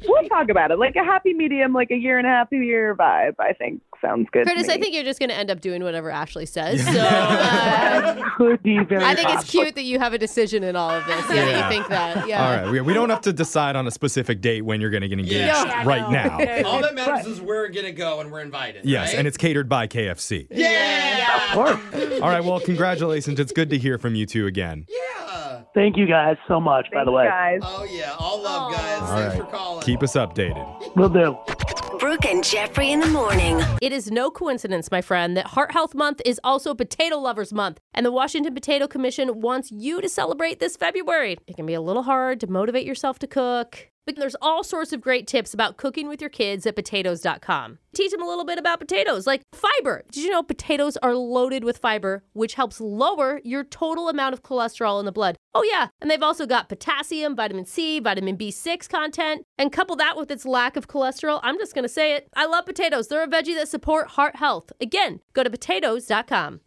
We'll talk about it. Like a happy medium, like a year and a half, two year vibe. I think sounds good. to Curtis, I me. think you're just going to end up doing whatever Ashley says. So uh, Could be very. I think it's possible. cute that you have a decision in all of this. Yeah, that Yeah. you think that. Yeah. All right. We, we don't have to decide on a specific date when you're going to get engaged Yeah. Yeah, right no. now. All that matters is we're gonna go and we're invited. Yes, right? and it's catered by KFC. yeah. Of course. All right. Well, congratulations. It's good to hear from you two again. Yeah. Thank you guys so much, by the way. Oh yeah, all love, guys. All Thanks right. for calling. Keep us updated. Will do. Brooke and Jeffrey in the morning. It is no coincidence, my friend, that Heart Health Month is also Potato Lovers Month, and the Washington Potato Commission wants you to celebrate this February. It can be a little hard to motivate yourself to cook. But there's all sorts of great tips about cooking with your kids at potatoes.com. Teach them a little bit about potatoes, like fiber. Did you know potatoes are loaded with fiber, which helps lower your total amount of cholesterol in the blood? Oh, yeah. And they've also got potassium, vitamin C, vitamin B6 content. And couple that with its lack of cholesterol. I'm just going to say it. I love potatoes. They're a veggie that support heart health. Again, go to potatoes.com.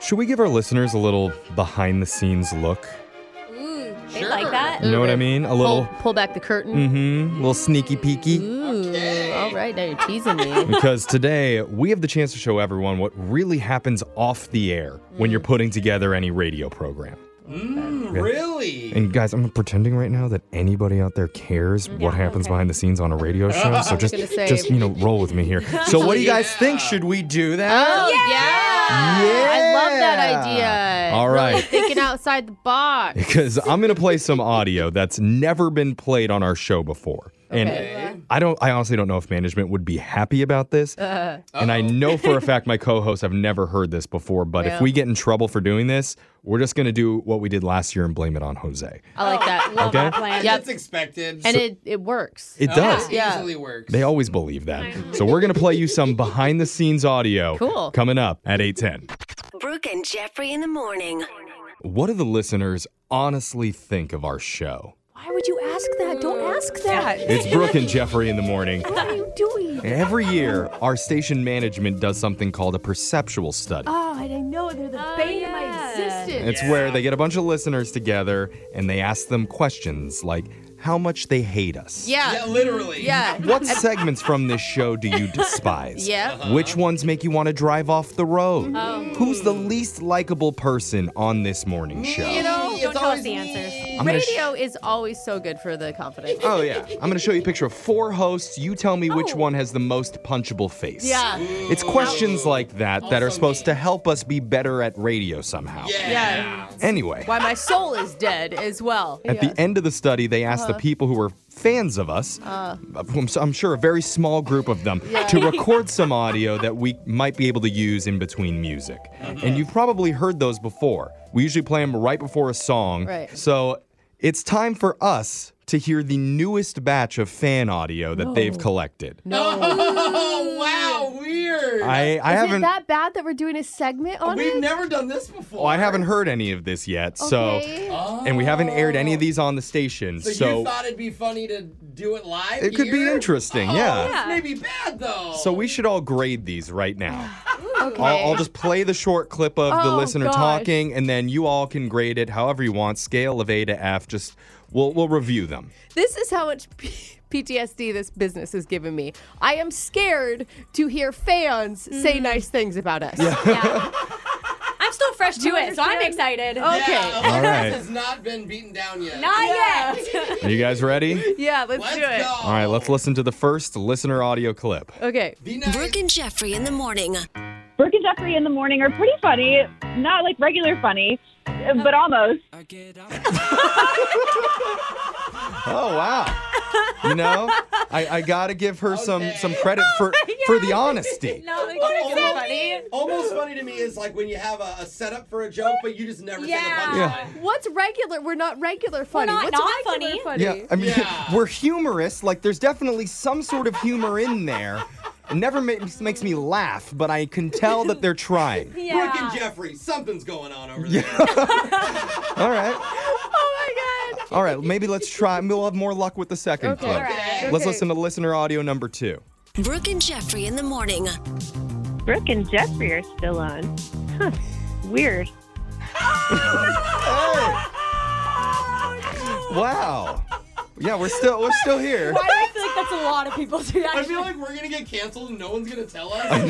Should we give our listeners a little behind the scenes look? Ooh, they like that. You know what I mean? A little, Pull, pull back the curtain. mm-hmm, little sneaky peeky. Ooh, all right. Now you're teasing me. Mm-hmm. Because today we have the chance to show everyone what really happens off the air when you're putting together any radio program. Mm, really? And guys, I'm pretending right now that anybody out there cares what happens behind the scenes on a radio show. So just, gonna say- just you know, roll with me here. So what do you guys think? Should we do that? Oh, yeah. I love that idea. All Really right. thinking outside the box. Because I'm gonna play some audio that's never been played on our show before. And I don't. I honestly don't know if management would be happy about this. Oh. Uh, And I know for a fact my co-hosts have never heard this before, but if Yeah. we get in trouble for doing this, we're just going to do what we did last year and blame it on Jose. I like that. love Okay. that plan. That's Yep. expected. Oh, And it, it works. It does. Yeah. Easily works. They always believe that. So we're going to play you some behind the scenes audio Cool. coming up at 8:10. Brooke and Jeffrey in the morning. What do the listeners honestly think of our show? Why would you ask that? Don't ask that. It's Brooke and Jeffrey in the morning. What are you doing? Every year, our station management does something called a perceptual study. Oh, and I know they're the bane of my existence. It's where they get a bunch of listeners together and they ask them questions like how much they hate us. Yeah. Yeah, literally. Yeah. What segments from this show do you despise? Yeah. Um, Which ones make you want to drive off the road? Who's the least likable person on this morning show? You know, Don't tell us the answers. I'm gonna sh- radio is always so good for the confidence. oh yeah. I'm gonna show you a picture of four hosts. You tell me which one has the most punchable face. Oh. Yeah. It's questions like that that are supposed to help us be better at radio somehow. Yeah. Anyway. Why my soul is dead as well. At the end of the study, they asked Uh-huh. the people who were fans of us, I'm, s- I'm sure a very small group of them, Uh. Yeah. to record some audio that we might be able to use in between music. Uh-huh. And you've probably heard those before. We usually play them right before a song. Right. So it's time for us to hear the newest batch of fan audio that they've collected. Oh wow, weird. I, I haven't. that bad that we're doing a segment on We've never done this before. well, I haven't heard any of this yet, so and we haven't aired any of these on the station, So, so, you thought it'd be funny to do it live? it could be here? interesting. Oh, yeah. It's maybe bad though. So we should all grade these right now. okay. I'll, I'll just play the short clip of the Oh, listener gosh. talking, and then you all can grade it however you want, scale of A to F. Just we'll we'll review them. This is how much P- PTSD this business has given me. I am scared to hear fans Hmm. say nice things about us. I'm still fresh to it, so I'm excited. Oh. okay. Yeah, All Alexis right. has not been beaten down yet. Not yet. Are you guys ready? Yeah, let's, Let's do it. go. All right, let's listen to the first listener audio clip. Okay. Be nice. Brooke and Jeffrey in the morning. Brooke and Jeffrey in the morning are pretty funny. Not like regular funny, but almost. Oh wow. You know, I, I gotta give her some some credit for for the honesty. no, like, Oh, it's oh, funny. Almost funny to me is like when you have a, a setup for a joke, but you just never Yeah. say the punchline. What's regular? We're not regular funny. not What's not regular funny. Yeah, I mean, Yeah. we're humorous. Like, there's definitely some sort of humor in there. It never makes, makes me laugh, but I can tell that they're trying. Yeah. Brooke and Jeffrey, something's going on over there. All right. Oh my god. All right. Maybe let's try. We'll have more luck with the second Okay. clip. All right. Let's listen to listener audio number two. Brooke and Jeffrey in the morning. Brooke and Jeffrey are still on. Huh. Weird. Wow. Yeah, we're still we're still here. Why do I feel like that's a lot of people do that? I feel like we're gonna get canceled and no one's gonna tell us. They're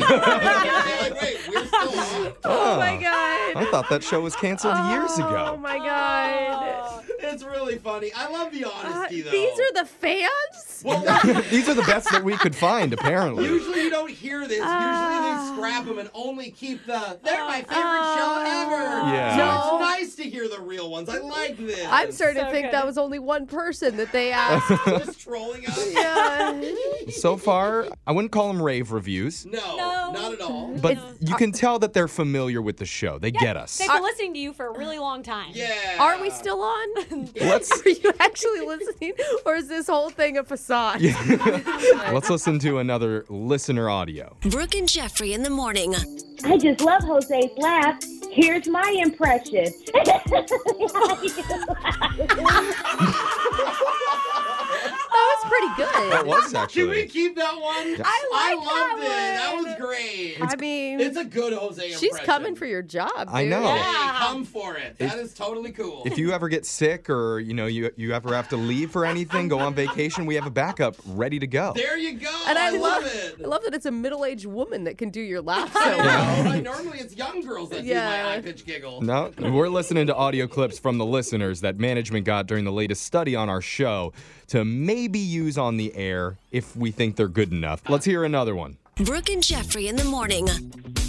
like, wait, we're still on. Oh, god. I thought that show was canceled years Oh ago. my god. Ah, It's That's really funny. I love the honesty, though. Uh, These are the fans? These are the best that we could find, apparently. Usually you don't hear this. Ah. Usually they scrap them and only keep the. They're my favorite show ever. Yeah. So Uh, No. it's nice to hear the real ones. I like this. I'm starting to think that was only one person that they asked. Just trolling us. Yeah. So far, I wouldn't call them rave reviews, No, not at all. but you can tell that they're familiar with the show. They get us. They've been listening to you for a really long time. Yeah. Are we still on? Let's- Are you actually listening, or is this whole thing a facade? Let's listen to another listener audio. Brooke and Jeffrey in the morning. I just love Jose's laugh. Here's my impression. that was pretty good. That was Can we actually. keep that one? Yeah. I, I like loved it. That was great. I mean, it's a good Jose She's impression. coming for your job. Dude. I know. Hey, come for it. That If- is totally cool. If you ever get sick or you know you you ever have to leave for anything, go on vacation, we have a backup ready to go. there you go. And I, I love, love it. I love that it's a middle-aged woman that can do your laugh. So Oh, right, normally it's young girls that do Yeah. my high pitch giggle. No, we're listening to audio clips from the listeners that management got during the latest study on our show to maybe use on the air if we think they're good enough. Let's hear another one. Brooke and Jeffrey in the morning.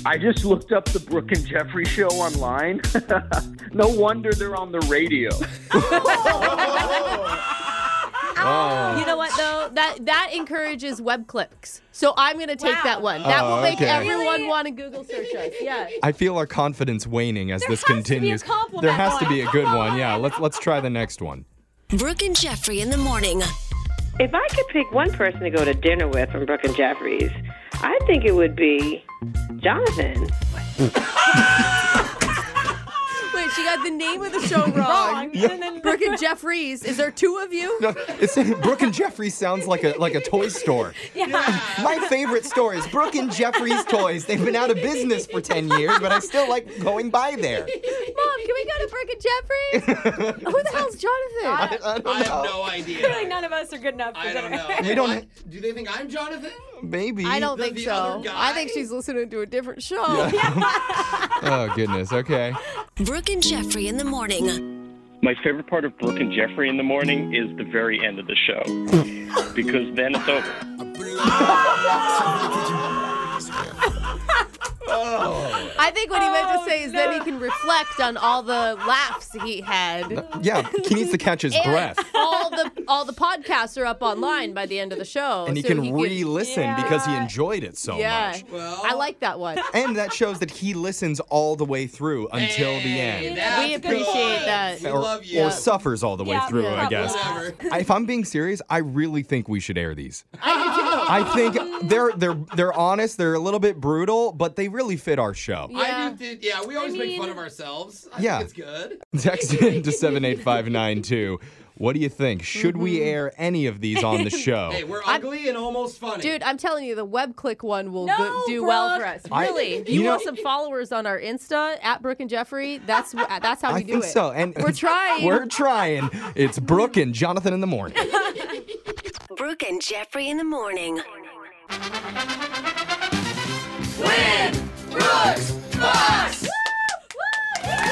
I just looked up the Brooke and Jeffrey show online. no wonder they're on the radio. You know what though? That that encourages web clicks. So I'm gonna take that one. That will Oh, make okay. everyone want to Google search us. Yeah. I feel our confidence waning as this to be a continues. compliment there has to one. be a good one. Yeah, let's let's try the next one. Brooke and Jeffrey in the morning. If I could pick one person to go to dinner with from Brooke and Jeffries, I think it would be Jonathan. Wait, she got the name of the show wrong. Brooke and Jeffries. Is there two of you? No, it's Brooke and Jeffrey sounds like a like a toy store. My favorite store is Brooke and Jeffrey's Toys. They've been out of business for 10 years, but I still like going by there. Mom, can we go to Brooke and Jeffrey? Who the hell's Jonathan? I don't I have know. no idea. Clearly none of us are good enough for I don't dinner. know. We don't- What? Do they think I'm Jonathan? Maybe. I don't The- think the so. other I guy? think she's listening to a different show. Oh, goodness. Okay. Brooke and Jeffrey in the morning. My favorite part of Brooke and Jeffrey in the morning is the very end of the show because then it's over. Oh. I think what he Oh, meant to say is that he can reflect on all the laughs he had. Yeah, he needs to catch his And breath. all the all the podcasts are up online by the end of the show. And he so can re listen because he Yeah. enjoyed it so yeah. much. I like that one. And that shows that he listens all the way through until the end. we appreciate that. Or, or suffers all the way Yeah, through, yeah. I guess. Whatever. I- if I'm being serious, I really think we should air these. I I think they're they're they're honest. They're a little bit brutal, but they really fit our show. I do think, yeah, we always make fun of ourselves. I Yeah. think it's good. Text in to seven eight five nine two. What do you think? Should we air any of these on the show? Hey, we're ugly and almost funny. Dude, I'm telling you, the web click one will go- do Brooke. well for us. I- Really, you you, know- want some followers on our Insta at Brooke and Jeffrey? That's wh- that's how we I do think it. so. And We're trying. We're trying. It's Brooke and Jonathan in the morning. Brooke and Jeffrey in the morning.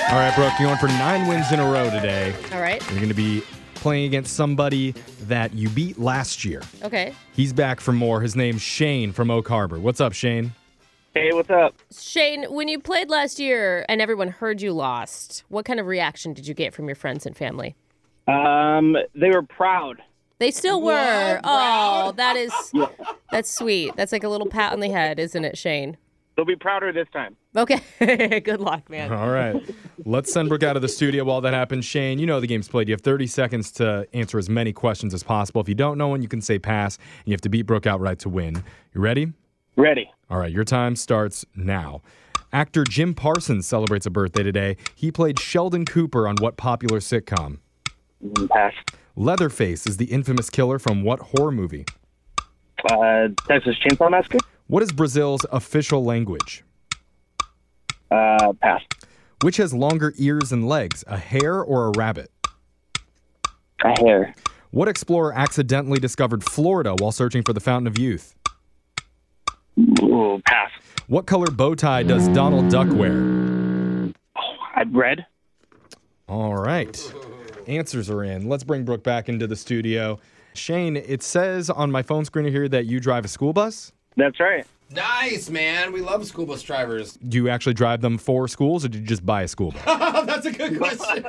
All right, Brooke, you're on for nine wins in a row today. All right. You're going to be playing against somebody that you beat last year. Okay. He's back for more. His name's Shane from Oak Harbor. What's up, Shane? Hey, what's up? Shane, when you played last year and everyone heard you lost, what kind of reaction did you get from your friends and family? Um, they were proud. They still were. Oh, that is that's sweet. That's like a little pat on the head, isn't it, Shane? They'll be prouder this time. Okay. Good luck, man. All right. Let's send Brooke out of the studio while that happens. Shane, you know the game's played. You have 30 seconds to answer as many questions as possible. If you don't know one, you can say pass, and you have to beat Brooke outright to win. You ready? Ready. All right, your time starts now. Actor Jim Parsons celebrates a birthday today. He played Sheldon Cooper on what popular sitcom? Mm, Pass. Leatherface is the infamous killer from what horror movie? Uh, Texas Chainsaw Massacre? What is Brazil's official language? Uh, pass. Which has longer ears and legs, a hare or a rabbit? A hair. What explorer accidentally discovered Florida while searching for the Fountain of Youth? Ooh, pass. What color bow tie does Donald Duck wear? I'd Oh, red. All right. Answers are in. Let's bring Brooke back into the studio. Shane, it says on my phone screener here that you drive a school bus. That's right. Nice, man. We love school bus drivers. Do you actually drive them for schools or do you just buy a school bus? That's a good question.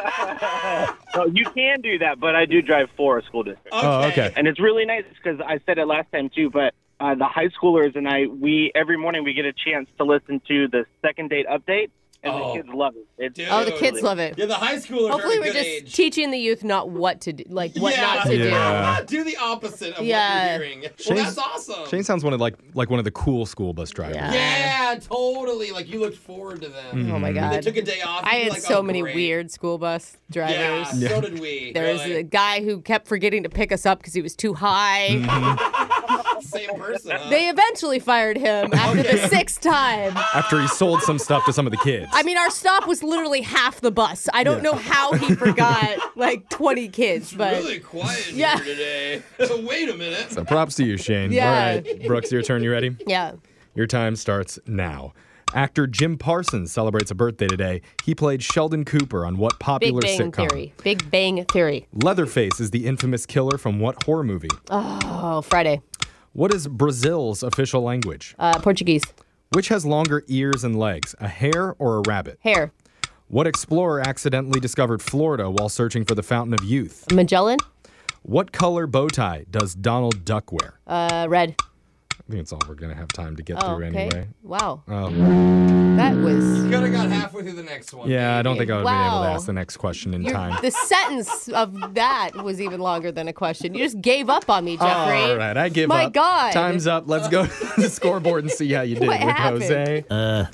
Oh, you can do that, but I do drive for a school district. Oh, okay. And it's really nice because I said it last time too, but uh, the high schoolers and I, we every morning we get a chance to listen to the second date update, and Oh. the kids love it. It's, Oh, the kids love it. Yeah, the high schoolers. Hopefully, are a we're good just age. teaching the youth not what to do, like what yeah. not to Yeah. do. Do the opposite of Yeah. what you're hearing. Well, Shane's- that's awesome. Shane sounds one of like like one of the cool school bus drivers. Yeah, totally. Like you looked forward to them. Oh my When They God. took a day off. I you'd be had like, so "Oh, many great." weird school bus drivers. Yeah, so did we. There was a guy who kept forgetting to pick us up because he was too high. Mm-hmm. Same person. huh? They eventually fired him after the sixth time. After he sold some stuff to some of the kids. I mean, our stop was literally half the bus. I don't Yeah. know how he forgot like 20 kids, but really quiet in Yeah. here today. So wait a minute. So props to you, Shane. Yeah. All right, Brooks, your turn. You ready? yeah. Your time starts now. Actor Jim Parsons celebrates a birthday today. He played Sheldon Cooper on what popular Big Bang sitcom? Theory. Big Bang Theory. Leatherface is the infamous killer from what horror movie? Oh, Friday. What is Brazil's official language? Uh, Portuguese. Which has longer ears and legs, a hare or a rabbit? Hair. What explorer accidentally discovered Florida while searching for the Fountain of Youth? Magellan. What color bow tie does Donald Duck wear? Uh, red. I think it's all we're going to have time to get Oh, through okay. anyway. Wow. Um, That was. You could have got halfway through the next one. yeah, I don't think I would have been able to Wow. ask the next question in Your- time. the sentence of that was even longer than a question. You just gave up on me, Jeffrey. Oh, All right, I give My up. God. Time's up. Let's go to the scoreboard and see how you did What with happened? Jose. Uh,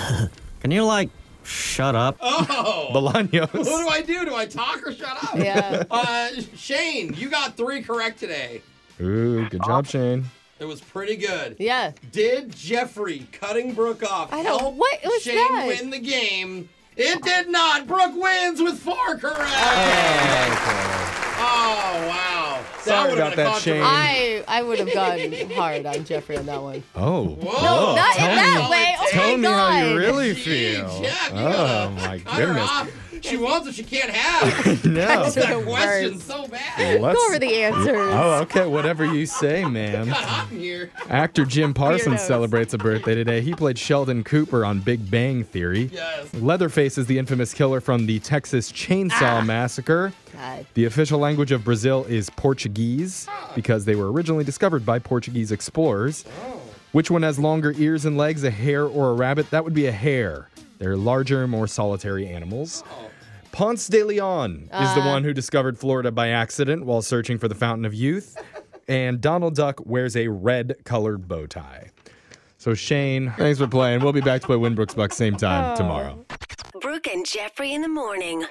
can you like shut up? Oh. What Bolaños. do I do? Do I talk or shut up? Yeah. Uh, Shane, you got three correct today. Ooh, good job, Shane. It was pretty good. Yeah. Did Jeffrey cutting Brooke off I don't- help what was Shane that? win the game? It did not. Brooke wins with four correct. Oh wow. Sorry that about that, Shane. I I would have gone hard on Jeffrey on that one. Oh. No, not in tell that me- way. Oh Tell my me how God. you really Jeez, feel. Jack, you oh my goodness. She wants what she can't have. No. That's that question so bad. Let's- Go over the answers. Oh, okay. Whatever you say, ma'am. Got hot in here. Actor Jim Parsons Weirdos. celebrates a birthday today. He played Sheldon Cooper on Big Bang Theory. Yes. Leatherface is the infamous killer from the Texas Chainsaw Massacre. Ah. God. The official language of Brazil is Portuguese because they were originally discovered by Portuguese explorers. Oh. Which one has longer ears and legs, a hare or a rabbit? That would be a hare. They're larger, more solitary animals. Oh. Ponce de Leon is the Uh. one who discovered Florida by accident while searching for the Fountain of Youth. and Donald Duck wears a red colored bow tie. So, Shane, Oh. thanks for playing. We'll be back to play Winbrook's Bucks same time tomorrow. Brooke and Jeffrey in the morning.